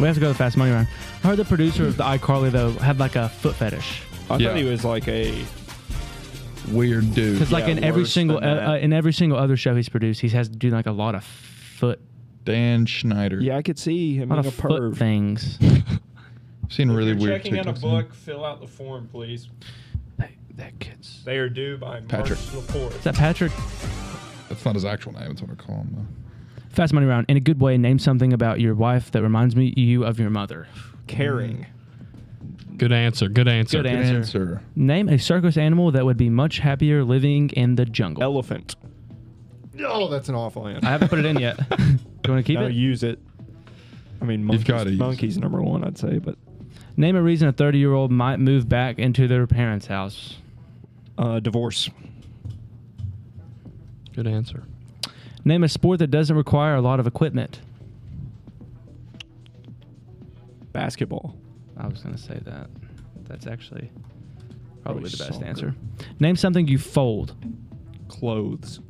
Speaker 2: We have to go to the fast money round. I heard the producer of the iCarly though had like a foot fetish.
Speaker 3: I
Speaker 5: Yeah.
Speaker 3: thought he was like a
Speaker 5: Weird dude.
Speaker 2: Because like
Speaker 3: Yeah,
Speaker 2: in every
Speaker 3: worse
Speaker 2: single uh,
Speaker 3: than that.
Speaker 2: uh, in every single other show he's produced, he has to do like a lot of foot,
Speaker 5: Dan Schneider.
Speaker 3: yeah. I could see him
Speaker 2: a lot
Speaker 3: being
Speaker 2: of
Speaker 3: a
Speaker 2: foot
Speaker 3: perv. [laughs]
Speaker 2: things.
Speaker 5: Seen really weird. TikToks.
Speaker 3: fill out the form, please.
Speaker 2: that kid's.
Speaker 3: They are due by
Speaker 5: Patrick.
Speaker 2: Is
Speaker 3: 4th.
Speaker 2: that Patrick?
Speaker 5: That's not his actual name. That's what I call him. Though.
Speaker 2: Fast money round. In a good way, name something about your wife that reminds me you of your mother.
Speaker 3: Caring.
Speaker 2: Mm-hmm.
Speaker 4: Good answer. Good answer.
Speaker 2: Good
Speaker 5: Good
Speaker 2: Answer.
Speaker 5: answer.
Speaker 2: Name a circus animal that would be much happier living in the jungle.
Speaker 3: Elephant. Oh, that's an awful
Speaker 2: I
Speaker 3: answer.
Speaker 2: haven't put it in yet. Do you want to keep
Speaker 3: [laughs] Now
Speaker 2: it?
Speaker 3: use it. I mean,
Speaker 5: You've
Speaker 3: monkeys,
Speaker 5: gotta use
Speaker 3: monkeys number one, I'd say, but
Speaker 2: Name a reason a 30 year old might move back into their parents' house.
Speaker 3: uh, divorce.
Speaker 4: Good answer.
Speaker 2: Name a sport that doesn't require a lot of equipment.
Speaker 3: Basketball.
Speaker 2: I was gonna say that. That's actually probably
Speaker 3: Probably
Speaker 2: the best
Speaker 3: soccer.
Speaker 2: answer. Name something you fold.
Speaker 3: Clothes.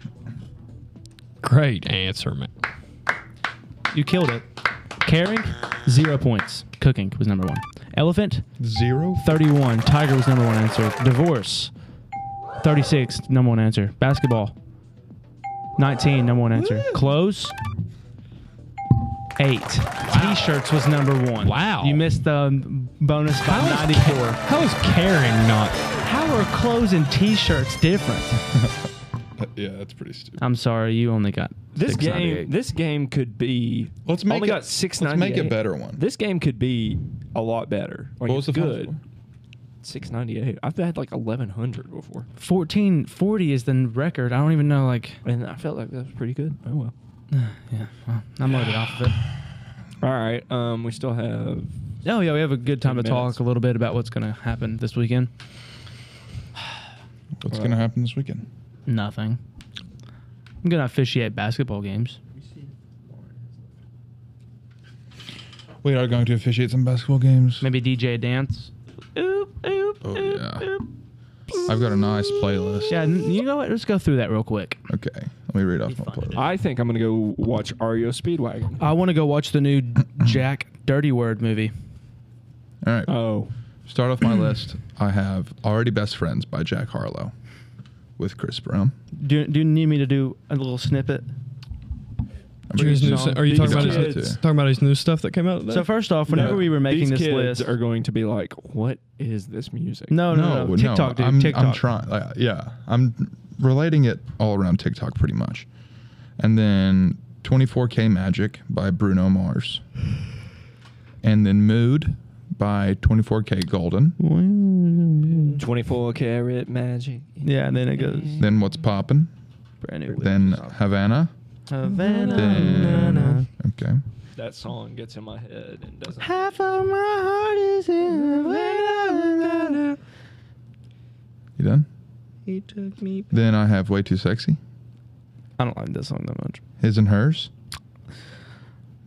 Speaker 4: Great answer, man.
Speaker 2: You killed it. Caring, zero points. Cooking was number one. Elephant,
Speaker 5: Zero.
Speaker 2: 31. Tiger was number one answer. Divorce, 36. Number one answer. Basketball, 19. Number one answer. Clothes, eight. T-shirts was number one.
Speaker 4: Wow.
Speaker 2: You missed the um, bonus by
Speaker 4: How is
Speaker 2: 94.
Speaker 4: How is caring not?
Speaker 2: How are clothes and T-shirts different?
Speaker 5: Uh, Yeah, that's pretty stupid.
Speaker 2: I'm sorry, you only got
Speaker 3: This game.
Speaker 2: 698.
Speaker 3: This game could be.
Speaker 5: Let's make
Speaker 3: only
Speaker 5: it-
Speaker 3: got six
Speaker 5: let's
Speaker 3: ninety.
Speaker 5: make a better one.
Speaker 3: This game could be a lot better. Like,
Speaker 5: What was the
Speaker 3: it's
Speaker 5: final
Speaker 3: good? Six ninety eight. I've had like eleven hundred before,
Speaker 2: 1440 is the n- record. I don't even know like
Speaker 3: and I felt like that was pretty good. Oh well.
Speaker 2: yeah, well, I'm loaded off of it.
Speaker 3: All right. Um, we still have.
Speaker 2: Oh yeah, we have a good time to
Speaker 3: Ten minutes.
Speaker 2: talk a little bit about what's gonna happen this weekend.
Speaker 5: What's gonna happen this weekend?
Speaker 2: Nothing. I'm gonna officiate basketball games.
Speaker 5: We are going to officiate some basketball games.
Speaker 2: Maybe DJ a dance.
Speaker 5: Oh yeah. I've got a nice playlist.
Speaker 2: Yeah, n- you know what? Let's go through that real quick.
Speaker 5: Okay. Let me read off my playlist.
Speaker 3: I think I'm gonna go watch Ario Speedwagon.
Speaker 2: I want to go watch the new [coughs] Jack Dirty Word movie.
Speaker 5: All
Speaker 2: Uh,
Speaker 5: right.
Speaker 3: Oh,
Speaker 5: Start off
Speaker 2: [clears throat]
Speaker 5: my list. I have Already Best Friends by Jack Harlow with Chris Brown.
Speaker 2: Do, do you need me to do a little snippet?
Speaker 5: I'm
Speaker 4: His
Speaker 5: pretty
Speaker 4: new
Speaker 5: sure-
Speaker 4: si- are you talking about
Speaker 5: These
Speaker 4: his,
Speaker 5: kids.
Speaker 4: talking about his new stuff that came out? Today?
Speaker 2: So first off, whenever
Speaker 3: No,
Speaker 2: we were making
Speaker 3: these
Speaker 2: this
Speaker 3: kids
Speaker 2: list,
Speaker 3: are going to be like, "What is this music?"
Speaker 2: no, no, no, TikTok, dude,
Speaker 5: I'm,
Speaker 2: TikTok.
Speaker 5: I'm trying. Like, yeah, I'm relating it all around TikTok pretty much. and then 24K Magic by Bruno Mars, and then Mood by 24K Golden.
Speaker 3: Twenty-four karat magic.
Speaker 2: Yeah, and then it goes
Speaker 5: Then What's Poppin',
Speaker 2: brand new.
Speaker 5: then Havana,
Speaker 2: Havana,
Speaker 5: then
Speaker 2: na,
Speaker 5: okay,
Speaker 3: That song gets in my head and doesn't.
Speaker 2: Half of my heart is in Havana. na, na.
Speaker 5: you done?
Speaker 2: He took me.
Speaker 5: Then I have Way Too Sexy,
Speaker 2: I don't like this song that much.
Speaker 5: His and Hers,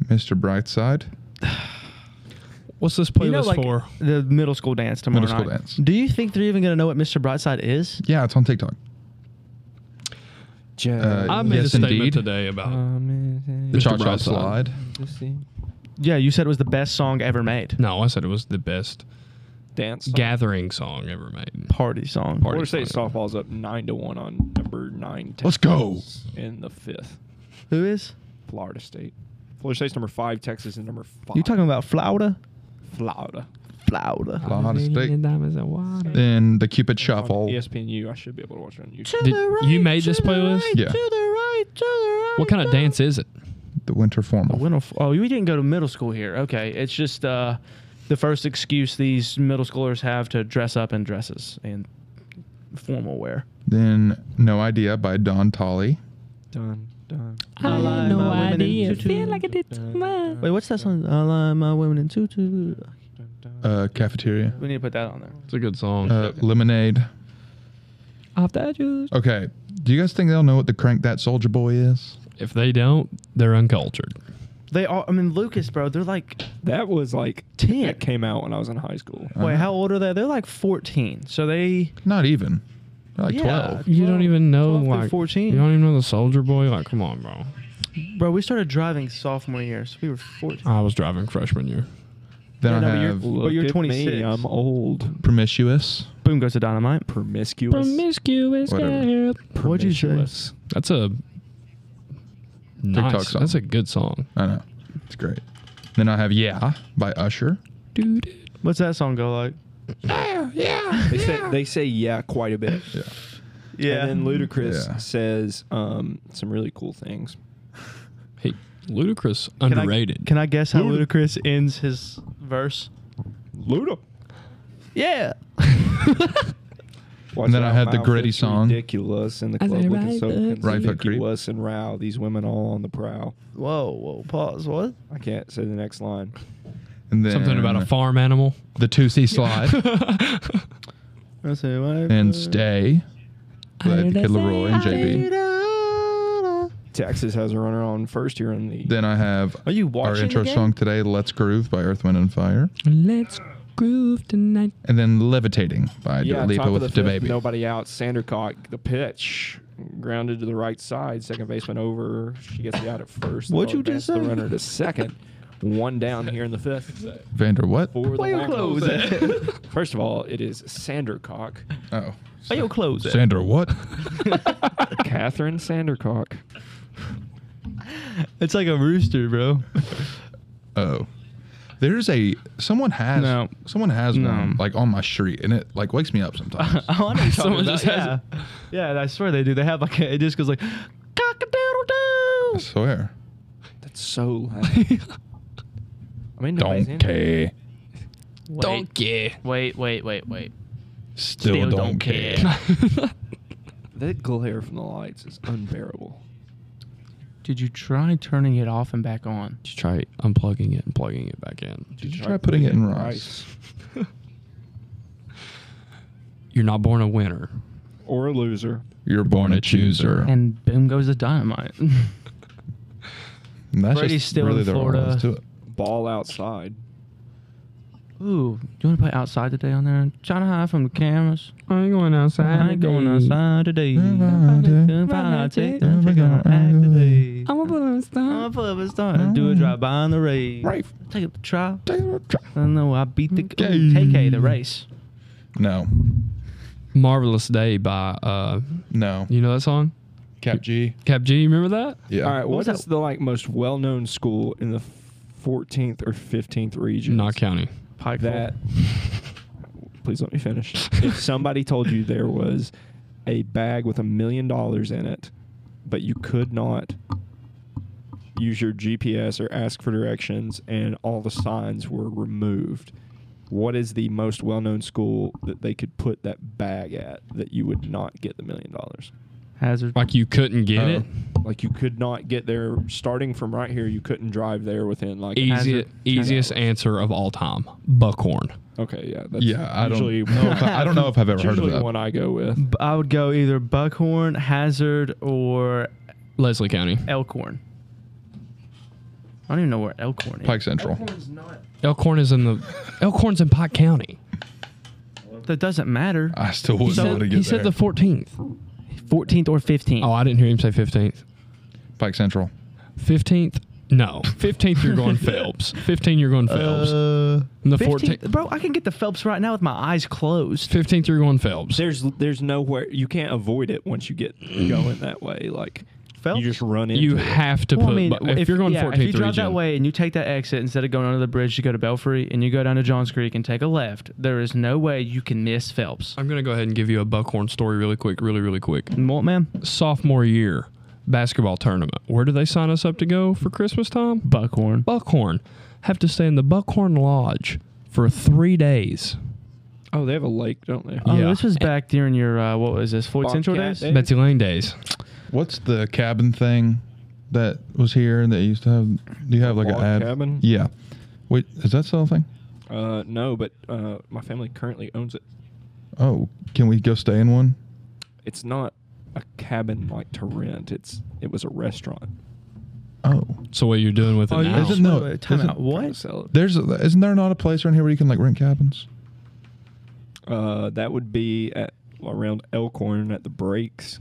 Speaker 5: Mr. Brightside.
Speaker 4: What's this playlist
Speaker 2: You know, like,
Speaker 4: for?
Speaker 2: the middle school dance tomorrow
Speaker 5: Middle school
Speaker 2: night.
Speaker 5: dance.
Speaker 2: Do you think they're even gonna know what Mr. Brightside is?
Speaker 5: Yeah, it's on TikTok. Uh,
Speaker 4: I made
Speaker 5: yes,
Speaker 4: a statement
Speaker 5: indeed.
Speaker 4: today about
Speaker 3: Uh,
Speaker 5: The
Speaker 4: Mr.
Speaker 5: Cha Cha
Speaker 4: Brightside.
Speaker 5: Slide.
Speaker 2: Yeah, you said it was the best song ever made.
Speaker 4: No, I said it was the best
Speaker 3: dance. Song.
Speaker 4: gathering song ever made.
Speaker 2: Party song.
Speaker 3: I
Speaker 4: Party.
Speaker 3: want to say softball's up nine to one on number nine.
Speaker 5: Let's go.
Speaker 3: Texas In the fifth,
Speaker 2: Who is?
Speaker 3: Florida State. Florida State's number five. Texas is number five.
Speaker 2: You talking about Flauta?
Speaker 3: Florida?
Speaker 2: Flauta.
Speaker 5: Lahana State. Then the Cupid Shuffle.
Speaker 3: On E ESPNU. I should be able to watch it on YouTube.
Speaker 4: Did- you made this playlist?
Speaker 5: Yeah.
Speaker 4: What kind of dance is it?
Speaker 5: The Winter Formal.
Speaker 2: When a f- oh, you didn't go to middle school here. Okay, it's just uh, the first excuse these middle schoolers have to dress up in dresses and formal wear.
Speaker 5: then No Idea by Don Tolly.
Speaker 3: Done. Done.
Speaker 2: I like no my women in idea. tutus. Feel like I
Speaker 3: did
Speaker 2: Wait, what's that song? I like my women in tutu.
Speaker 5: Uh, cafeteria.
Speaker 2: We need to put that on there.
Speaker 4: It's a good song.
Speaker 5: Uh, Lemonade. Okay. Do you guys think they'll know what the Crank That Soldier Boy is?
Speaker 4: if they don't, they're uncultured.
Speaker 2: They are. I mean, Lucas, bro. They're like
Speaker 3: That was like
Speaker 2: ten.
Speaker 3: that came out when I was in high school.
Speaker 2: Wait, how old are they? They're like fourteen. So they.
Speaker 5: Not even. They're like
Speaker 2: Yeah.
Speaker 5: 12.
Speaker 4: You don't even know
Speaker 2: 12 through
Speaker 4: like
Speaker 2: 14.
Speaker 4: You don't even know the Soldier Boy. Like, come on, bro.
Speaker 2: Bro, we started driving sophomore year, so we were fourteen.
Speaker 4: I was driving freshman year.
Speaker 5: Then
Speaker 2: Yeah, no,
Speaker 5: I
Speaker 2: but you're-
Speaker 5: have
Speaker 2: But you're
Speaker 3: at me,
Speaker 2: 26.
Speaker 3: I'm old.
Speaker 5: Promiscuous.
Speaker 2: Boom goes to dynamite.
Speaker 3: Promiscuous.
Speaker 4: Promiscuous
Speaker 5: Whatever.
Speaker 2: What'd you say?
Speaker 4: Promiscuous. That's a
Speaker 5: TikTok
Speaker 4: nice.
Speaker 5: song.
Speaker 4: That's a good song.
Speaker 5: I know. It's great. Then I have Yeah by Usher.
Speaker 4: Dude,
Speaker 2: What's that song go like?
Speaker 3: They say they say yeah quite a bit.
Speaker 5: Yeah.
Speaker 2: Yeah.
Speaker 3: And then Ludacris
Speaker 5: Yeah.
Speaker 3: says um, some really cool things.
Speaker 4: hey, Ludacris
Speaker 2: Can I-
Speaker 4: underrated.
Speaker 2: Can I guess how
Speaker 3: Luda-
Speaker 2: Ludacris ends his verse?
Speaker 3: Luda. [laughs]
Speaker 2: Yeah.
Speaker 3: Watch
Speaker 5: And then I
Speaker 3: out,
Speaker 5: had the
Speaker 3: my
Speaker 5: gritty
Speaker 3: outfit's
Speaker 5: song.
Speaker 3: Ridiculous in the club
Speaker 6: said,
Speaker 3: looking
Speaker 6: "Right
Speaker 3: so
Speaker 6: foot
Speaker 5: Right foot creep.
Speaker 3: conspicuous and row. These women all on the prowl.
Speaker 2: Whoa, whoa, pause. What?
Speaker 3: I can't say the next line.
Speaker 5: And then
Speaker 4: Something about a farm animal.
Speaker 5: The 2C Slide.
Speaker 2: I say my
Speaker 5: and Stay. By Kid Leroy and JB.
Speaker 3: Texas has a runner on first year in the.
Speaker 5: Then I have
Speaker 2: Are you
Speaker 5: our
Speaker 2: watching
Speaker 5: intro
Speaker 2: the game?
Speaker 5: song today, Let's Groove by Earth, Wind, and Fire.
Speaker 4: Let's groove tonight.
Speaker 5: And then Levitating by
Speaker 3: yeah,
Speaker 5: Dua Lipa
Speaker 3: top of
Speaker 5: with
Speaker 3: the
Speaker 5: the
Speaker 3: fifth,
Speaker 5: baby.
Speaker 3: Nobody out. Sandercock, the pitch. Grounded to the right side. Second baseman over. She gets the out at first.
Speaker 2: What'd
Speaker 3: They'll
Speaker 2: you just
Speaker 3: advance
Speaker 2: say?
Speaker 3: The runner to second. One down here in the fifth.
Speaker 5: Vander what?
Speaker 3: For the
Speaker 2: Why you
Speaker 3: Lacos.
Speaker 2: close it? [laughs]
Speaker 3: First of all, it is Sandercock.
Speaker 5: Oh.
Speaker 2: Are you close it? [laughs]
Speaker 5: Sandra what?
Speaker 3: Catherine Sandercock.
Speaker 2: It's like a rooster, bro.
Speaker 5: Oh. There's a someone has
Speaker 2: No.
Speaker 5: someone has
Speaker 2: No.
Speaker 5: one like on my street and it like wakes me up sometimes.
Speaker 2: [laughs] [laughs] I want to talk
Speaker 4: Someone
Speaker 2: about
Speaker 4: just
Speaker 2: yeah.
Speaker 4: has
Speaker 2: yeah, I swear they do. They have like a, it just goes like cock a
Speaker 5: I
Speaker 2: doodle doo.
Speaker 5: swear.
Speaker 3: That's so loud. [laughs] I mean, nobody's in here.
Speaker 5: Donkey.
Speaker 4: Don't care.
Speaker 2: Wait, wait, wait, wait.
Speaker 5: Still,
Speaker 2: Still
Speaker 5: don't,
Speaker 2: don't [laughs]
Speaker 5: care.
Speaker 2: care.
Speaker 3: That glare from the lights is unbearable.
Speaker 2: Did you try turning it off and back on?
Speaker 4: Just try unplugging it and plugging it back in.
Speaker 5: Did [laughs] you try putting it in rice?
Speaker 4: You're not born a winner.
Speaker 3: Or a loser.
Speaker 5: You're born a chooser.
Speaker 2: And boom goes the dynamite. [laughs]
Speaker 5: And that's
Speaker 2: Brady's
Speaker 5: just
Speaker 2: still in
Speaker 5: really the
Speaker 2: Florida.
Speaker 5: To it.
Speaker 3: Ball outside.
Speaker 2: Ooh, do you want to play outside today on there? Trying to hide from the cameras.
Speaker 4: I ain't going outside.
Speaker 2: I ain't going outside today.
Speaker 5: Never gonna do.
Speaker 2: Politic,
Speaker 5: Never
Speaker 2: don't you
Speaker 5: gonna
Speaker 2: gonna act
Speaker 5: do.
Speaker 2: today.
Speaker 4: I'm a balloon
Speaker 2: I'm a pub and start and do a drive by on the race.
Speaker 5: Right.
Speaker 2: Take up the trial.
Speaker 5: No.
Speaker 2: I know I beat the
Speaker 5: Okay.
Speaker 2: Ooh, KK the race.
Speaker 4: Marvelous Day by, uh,
Speaker 5: No.
Speaker 4: you know that song?
Speaker 5: Cap G.
Speaker 4: Cap G, you remember that?
Speaker 5: Yeah.
Speaker 3: All right,
Speaker 2: What
Speaker 3: what
Speaker 2: was
Speaker 3: is
Speaker 2: that?
Speaker 3: the like most well-known school in the 14th or 15th region?
Speaker 4: Not County.
Speaker 2: Pike
Speaker 3: that. Please let me finish. if somebody told you there was a bag with a million dollars in it, but you could not use your GPS or ask for directions, and all the signs were removed. What is the most well known school that they could put that bag at that you would not get the million dollars?
Speaker 2: Hazard.
Speaker 4: [laughs] Like you couldn't get
Speaker 2: Uh,
Speaker 5: Uh-oh.
Speaker 4: it.
Speaker 3: Like you could not get there starting from right here, you couldn't drive there within like
Speaker 4: Easy,
Speaker 2: Hazard.
Speaker 4: easiest answer of all time. Buckhorn.
Speaker 3: Okay, yeah. That's
Speaker 5: Yeah, I don't
Speaker 3: usually
Speaker 5: know. If [laughs] I, I don't know if I've ever
Speaker 3: it's
Speaker 5: heard of
Speaker 3: usually
Speaker 5: that.
Speaker 3: one I go with.
Speaker 2: B- I would go either Buckhorn, Hazard, or
Speaker 4: Leslie County.
Speaker 2: Elkhorn. I don't even know where Elkhorn is.
Speaker 5: Pike Central.
Speaker 4: Elkhorn is in the Elkhorn's in Pike County.
Speaker 2: That doesn't matter.
Speaker 5: I still
Speaker 4: He
Speaker 5: wouldn't know
Speaker 4: said,
Speaker 5: what to
Speaker 4: he
Speaker 5: get
Speaker 4: said
Speaker 5: there.
Speaker 4: the 14th.
Speaker 2: 14th or 15th.
Speaker 4: Oh, I didn't hear him say 15th.
Speaker 5: Pike Central.
Speaker 4: 15th? No. 15th,
Speaker 2: [laughs]
Speaker 4: you're going Phelps. 15, you're going Phelps.
Speaker 5: Uh,
Speaker 4: and the
Speaker 2: 15th
Speaker 4: 14th,
Speaker 2: Bro, I can get the Phelps right now with my eyes closed.
Speaker 4: 15th, you're going Phelps.
Speaker 3: There's there's nowhere you can't avoid it once you get going that way. Like
Speaker 2: Phelps?
Speaker 3: you just run into
Speaker 4: You
Speaker 3: it.
Speaker 4: have to put,
Speaker 2: Well, I mean,
Speaker 4: bu- if, you're going
Speaker 2: yeah,
Speaker 4: 14th
Speaker 2: if you drive
Speaker 4: region,
Speaker 2: that way and you take that exit instead of going under the bridge, you go to Belfry and you go down to Johns Creek and take a left. There is no way you can miss Phelps.
Speaker 4: I'm going to go ahead and give you a Buckhorn story really quick, really, really quick.
Speaker 2: What, man?
Speaker 4: Sophomore year basketball tournament. Where do they sign us up to go for Christmas time?
Speaker 2: Buckhorn.
Speaker 4: Buckhorn. Have to stay in the Buckhorn Lodge for three days.
Speaker 3: Oh, they have a lake, don't they? Uh-huh.
Speaker 2: Oh,
Speaker 4: Yeah.
Speaker 2: this was back during your uh, what was this Floyd Central
Speaker 3: Bobcat
Speaker 2: days?
Speaker 3: days.
Speaker 4: Betsy Lane days.
Speaker 5: what's the cabin thing that was here and that you used to have? Do you have like an
Speaker 3: Log
Speaker 5: ad?
Speaker 3: cabin?
Speaker 5: Yeah. Wait, is that still a thing?
Speaker 3: Uh, no, but uh, my family currently owns it.
Speaker 5: Oh, can we go stay in one?
Speaker 3: It's not a cabin like to rent. It's it was a restaurant.
Speaker 5: Oh,
Speaker 4: So what you're doing with it
Speaker 2: Oh, you
Speaker 4: now?
Speaker 5: Isn't no,
Speaker 2: wait, wait, time
Speaker 5: isn't-
Speaker 2: out.
Speaker 3: Trying to
Speaker 2: What?
Speaker 3: sell it.
Speaker 5: there's a, isn't there not a place around here where you can like rent cabins?
Speaker 3: Uh, that would be at around Elkhorn at the breaks.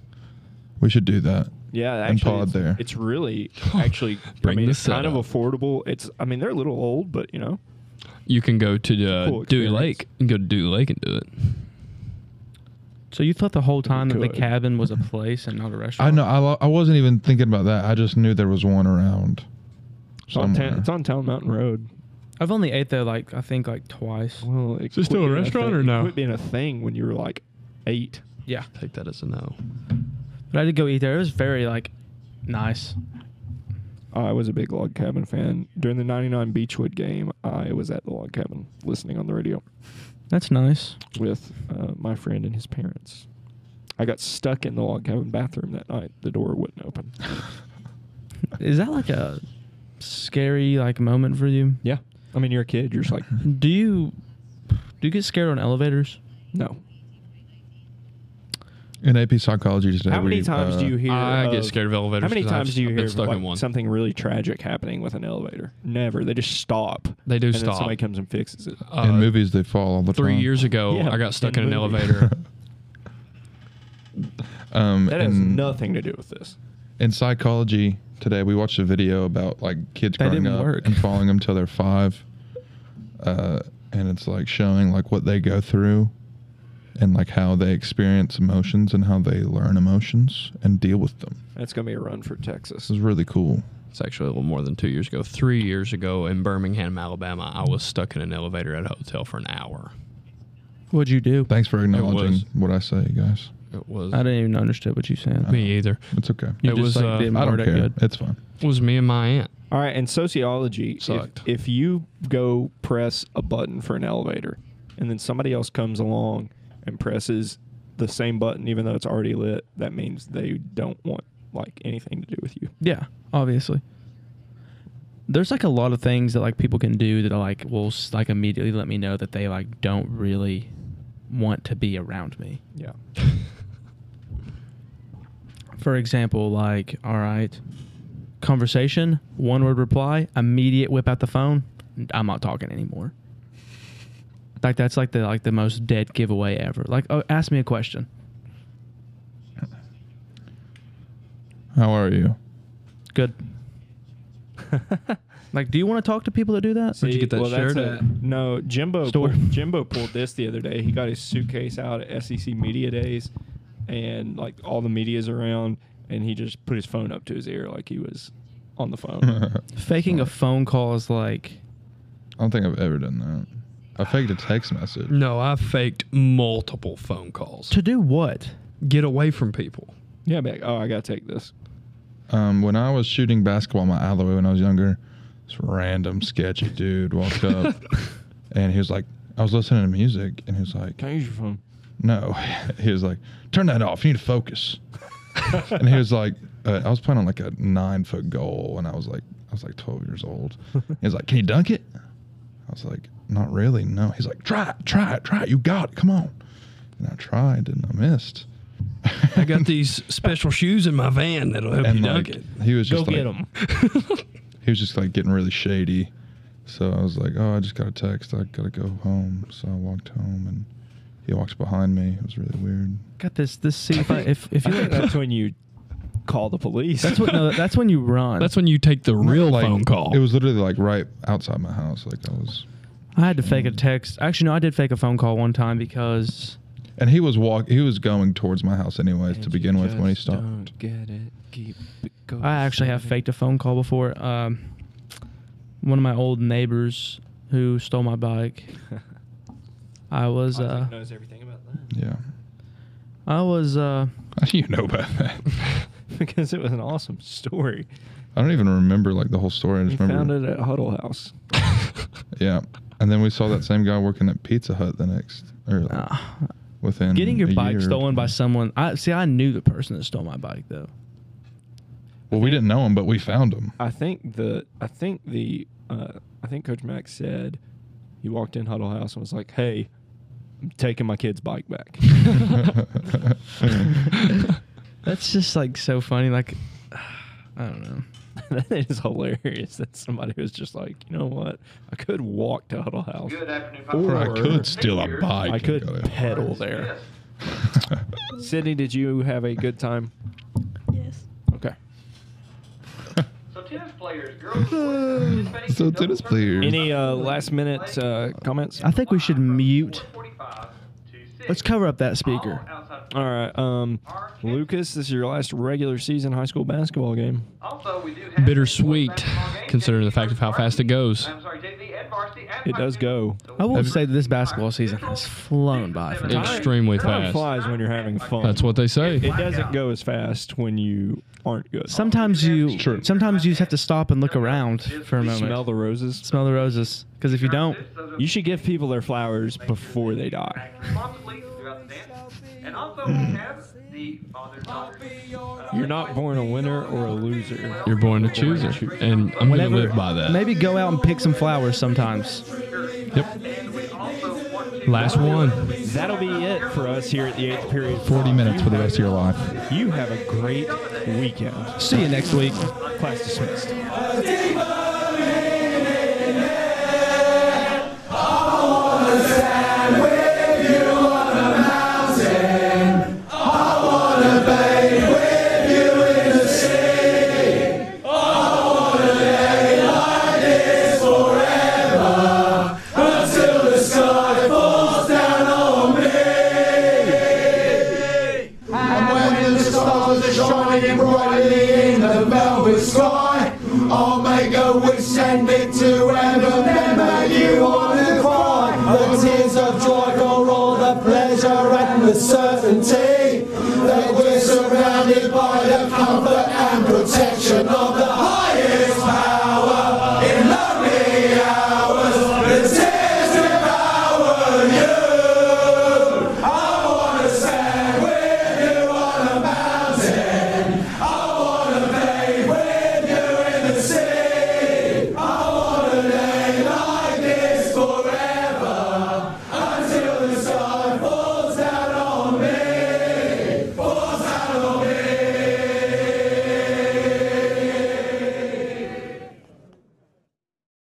Speaker 5: We should do that.
Speaker 3: Yeah,
Speaker 5: And
Speaker 3: actually,
Speaker 5: pod
Speaker 3: it's,
Speaker 5: there.
Speaker 3: it's really actually. I
Speaker 4: Bring
Speaker 3: mean,
Speaker 4: the
Speaker 3: it's kind of
Speaker 4: setup.
Speaker 3: affordable. It's I mean they're a little old, but you know.
Speaker 4: you can go to the
Speaker 3: Cool
Speaker 4: Dewey
Speaker 3: experience.
Speaker 4: Lake and go to Dewey Lake and do it.
Speaker 2: So you thought the whole time that the
Speaker 3: Good.
Speaker 2: cabin was a place and not a
Speaker 5: I
Speaker 2: restaurant?
Speaker 5: know. I, lo- I wasn't even thinking about that. I just knew there was one around.
Speaker 3: It's on,
Speaker 5: somewhere.
Speaker 3: town, it's on Town Mountain Road.
Speaker 2: I've only ate there like I think like twice.
Speaker 3: Well, it
Speaker 4: Is it still
Speaker 3: quit
Speaker 4: a
Speaker 3: being
Speaker 4: restaurant
Speaker 3: thing-
Speaker 4: or no?
Speaker 3: It quit being a thing when you were like eight.
Speaker 2: Yeah,
Speaker 4: Take that as a no.
Speaker 2: but I did go eat there. It was very like nice.
Speaker 3: I was a big log cabin fan. During the '99 Beechwood game, I was at the log cabin listening on the radio
Speaker 2: That's nice.
Speaker 3: with uh, my friend and his parents. I got stuck in the log cabin bathroom that night. The door wouldn't
Speaker 4: [laughs]
Speaker 3: open.
Speaker 2: Is that like a scary like moment for you?
Speaker 3: yeah, I mean you're a kid. You're just like,
Speaker 2: Do you do you get scared on elevators?
Speaker 3: no.
Speaker 5: In AP psychology today,
Speaker 3: How many
Speaker 5: we,
Speaker 3: times
Speaker 5: uh,
Speaker 3: do you hear?
Speaker 4: I get
Speaker 3: of-
Speaker 4: scared of elevators.
Speaker 3: How many
Speaker 4: 'cause I've-
Speaker 3: times do you
Speaker 4: I've
Speaker 3: hear
Speaker 4: been
Speaker 3: of,
Speaker 4: stuck in
Speaker 3: like,
Speaker 4: one?
Speaker 3: something really tragic happening with an elevator? Never. They just stop.
Speaker 4: They do
Speaker 3: and
Speaker 4: stop.
Speaker 3: Then somebody comes and fixes it.
Speaker 4: Uh,
Speaker 5: in movies they fall all the
Speaker 4: Three
Speaker 5: time?
Speaker 4: years ago,
Speaker 3: Yeah,
Speaker 4: I got stuck in,
Speaker 3: in
Speaker 4: an
Speaker 3: movies. [laughs]
Speaker 4: elevator.
Speaker 5: Um,
Speaker 3: That has
Speaker 5: in-
Speaker 3: nothing to do with this.
Speaker 5: in psychology today we watched a video about like kids
Speaker 2: That
Speaker 5: growing
Speaker 2: didn't
Speaker 5: up
Speaker 2: work.
Speaker 5: and following them till they're five uh, and it's like showing like what they go through and like how they experience emotions and how they learn emotions and deal with them
Speaker 3: That's gonna be a run for Texas.
Speaker 5: this is really cool
Speaker 4: it's actually a little more than two years ago. Three years ago in Birmingham, Alabama, I was stuck in an elevator at a hotel for an hour.
Speaker 2: What'd you do?
Speaker 5: thanks for acknowledging
Speaker 4: was.
Speaker 5: what i say guys
Speaker 4: It was
Speaker 2: I didn't even understand what you said.
Speaker 4: me either.
Speaker 5: it's okay
Speaker 2: You
Speaker 4: it
Speaker 2: just,
Speaker 4: was
Speaker 2: like,
Speaker 4: uh,
Speaker 2: didn't-
Speaker 5: i don't
Speaker 2: Aren't that
Speaker 5: care
Speaker 2: good?
Speaker 5: it's fine
Speaker 4: it was me and my aunt.
Speaker 3: All right, and sociology. If,
Speaker 4: Sucked.
Speaker 3: if you go press a button for an elevator, and then somebody else comes along and presses the same button, even though it's already lit, that means they don't want like anything to do with you.
Speaker 2: Yeah, obviously. There's like a lot of things that like people can do that are like will s- like immediately let me know that they like don't really want to be around me.
Speaker 4: [laughs]
Speaker 3: Yeah.
Speaker 2: For example, like all right, conversation, one word reply, immediate whip out the phone. I'm not talking anymore. Like that's like the like the most dead giveaway ever. Like oh, ask me a question.
Speaker 5: how
Speaker 4: [laughs]
Speaker 5: are you
Speaker 2: Good. [laughs] like, do you want to talk to people that do that?
Speaker 4: Where'd you get that
Speaker 3: well, that's
Speaker 4: shirt
Speaker 3: a-
Speaker 4: at?
Speaker 3: No, Jimbo.
Speaker 2: Store.
Speaker 3: Pulled, [laughs] Jimbo pulled this the other day. He got his suitcase out at SEC media days, and like all the media's around, and he just put his phone up to his ear like he was on the phone.
Speaker 4: [laughs]
Speaker 2: Faking a phone call is like
Speaker 5: i don't think i've ever done that i faked a text message
Speaker 4: No, I faked multiple phone calls.
Speaker 2: to do what?
Speaker 4: Get away from people.
Speaker 3: yeah, be like, oh, I gotta take this.
Speaker 5: Um, when I was shooting basketball my alleyway when I was younger, this random sketchy dude walked up and he was like, I was listening to music and he was like,
Speaker 3: Can I use your phone?
Speaker 5: No. [laughs] He was like, Turn that off. You need to focus. and he was like, uh, I was playing on like a nine foot goal and I was like, I was like 12 years old. He was like, Can you dunk it? I was like, Not really. No. He's like, Try it. Try it. Try it. You got it. Come on. And I tried and I missed.
Speaker 4: I got
Speaker 5: [laughs]
Speaker 4: these special shoes in my van that'll help
Speaker 5: and
Speaker 4: you
Speaker 5: like,
Speaker 4: dunk it.
Speaker 5: he was
Speaker 3: Go
Speaker 5: just like,
Speaker 3: get him.
Speaker 5: he was just like getting really shady. So I was like, oh, I just got a text. I gotta go home. So I walked home, and he walked behind me. It was really weird.
Speaker 2: Got this. This see if I, if if
Speaker 3: I
Speaker 2: you
Speaker 3: [laughs] think that's when you call the police.
Speaker 2: that's what no, that's when you run.
Speaker 4: That's when you take the real
Speaker 5: Like,
Speaker 4: phone call.
Speaker 5: It was literally like right outside my house. Like I was,
Speaker 2: I had to fake a text. Actually, no, I did fake a phone call one time because
Speaker 5: and he was walk. He was going towards my house anyways to begin with when he stopped.
Speaker 3: get it. Keep it going.
Speaker 2: I actually have faked a phone call before. Um, one of my old neighbors who stole my bike. I was uh,
Speaker 3: knows everything about that
Speaker 5: Yeah. [laughs]
Speaker 2: I was uh,
Speaker 5: How do you know about that?
Speaker 3: [laughs] because it was an awesome story.
Speaker 5: I don't even remember like the whole story. I
Speaker 3: We
Speaker 5: just remember.
Speaker 3: found it at Huddle House.
Speaker 5: Yeah. And then we saw that same guy working at Pizza Hut the next, or like, within
Speaker 2: Ah. getting your
Speaker 5: a
Speaker 2: bike
Speaker 5: year or
Speaker 2: stolen by
Speaker 5: two.
Speaker 2: someone. I see. I knew the person that stole my bike though.
Speaker 5: Well, we didn't know him, but we found him.
Speaker 3: I think the I think the uh, I think Coach Mack said he walked in Huddle House and was like, "Hey, I'm taking my kid's bike back." [laughs]
Speaker 2: That's just like so funny. Like [sighs] I don't know.
Speaker 3: that is hilarious that somebody was just like, you know what, I could walk to Huddle House.
Speaker 5: Or I could steal a
Speaker 3: I
Speaker 5: bike. and
Speaker 3: could
Speaker 5: go to-
Speaker 3: pedal there. Sydney, did you have a good time?
Speaker 8: Yes.
Speaker 3: Okay.
Speaker 9: So tennis players, girls, boys, Hispanics,
Speaker 5: so
Speaker 9: and
Speaker 5: tennis
Speaker 9: double-purpose
Speaker 5: players.
Speaker 3: Any uh, last minute uh, comments?
Speaker 2: I think we should
Speaker 9: line from
Speaker 2: mute.
Speaker 9: 4:45 to 6.
Speaker 2: Let's cover up that
Speaker 9: All
Speaker 2: speaker.
Speaker 9: outside-
Speaker 3: All right, um, Lucas, this is your last regular season high school basketball game.
Speaker 9: Also, we do have
Speaker 4: Bittersweet,
Speaker 9: one basketball game,
Speaker 4: considering the fact of how fast it goes.
Speaker 9: I'm sorry, JV and varsity and
Speaker 3: It does go.
Speaker 2: I will say that this basketball season has flown by for me.
Speaker 4: Extremely
Speaker 3: Time
Speaker 4: fast.
Speaker 3: flies when you're having fun.
Speaker 4: [laughs] That's what they
Speaker 3: It
Speaker 4: say.
Speaker 3: doesn't go as fast when you aren't good.
Speaker 2: Sometimes you
Speaker 5: True.
Speaker 2: sometimes you just have to stop and look around for a moment.
Speaker 3: Smell the roses.
Speaker 2: Smell the roses, because if you don't,
Speaker 3: You should give people their flowers before they die.
Speaker 9: Responsibly throughout the dance. And also, we have the uh, father-daughter.
Speaker 3: You're not born a winner or a loser.
Speaker 4: You're born to choose it, and I'm gonna
Speaker 2: Whenever-
Speaker 4: live by that.
Speaker 2: maybe go out and pick some flowers sometimes.
Speaker 4: Last one.
Speaker 3: That'll be it for us here at the eighth period.
Speaker 5: 40 minutes for the rest of your life.
Speaker 3: You have a great weekend.
Speaker 2: See you next week.
Speaker 3: Class dismissed.
Speaker 10: And the stars are shining brightly in the velvet sky. I'll make a wish and it to heaven and make you want to cry. The tears of joy for all the pleasure and the certainty that we're surrounded by the comfort and protection.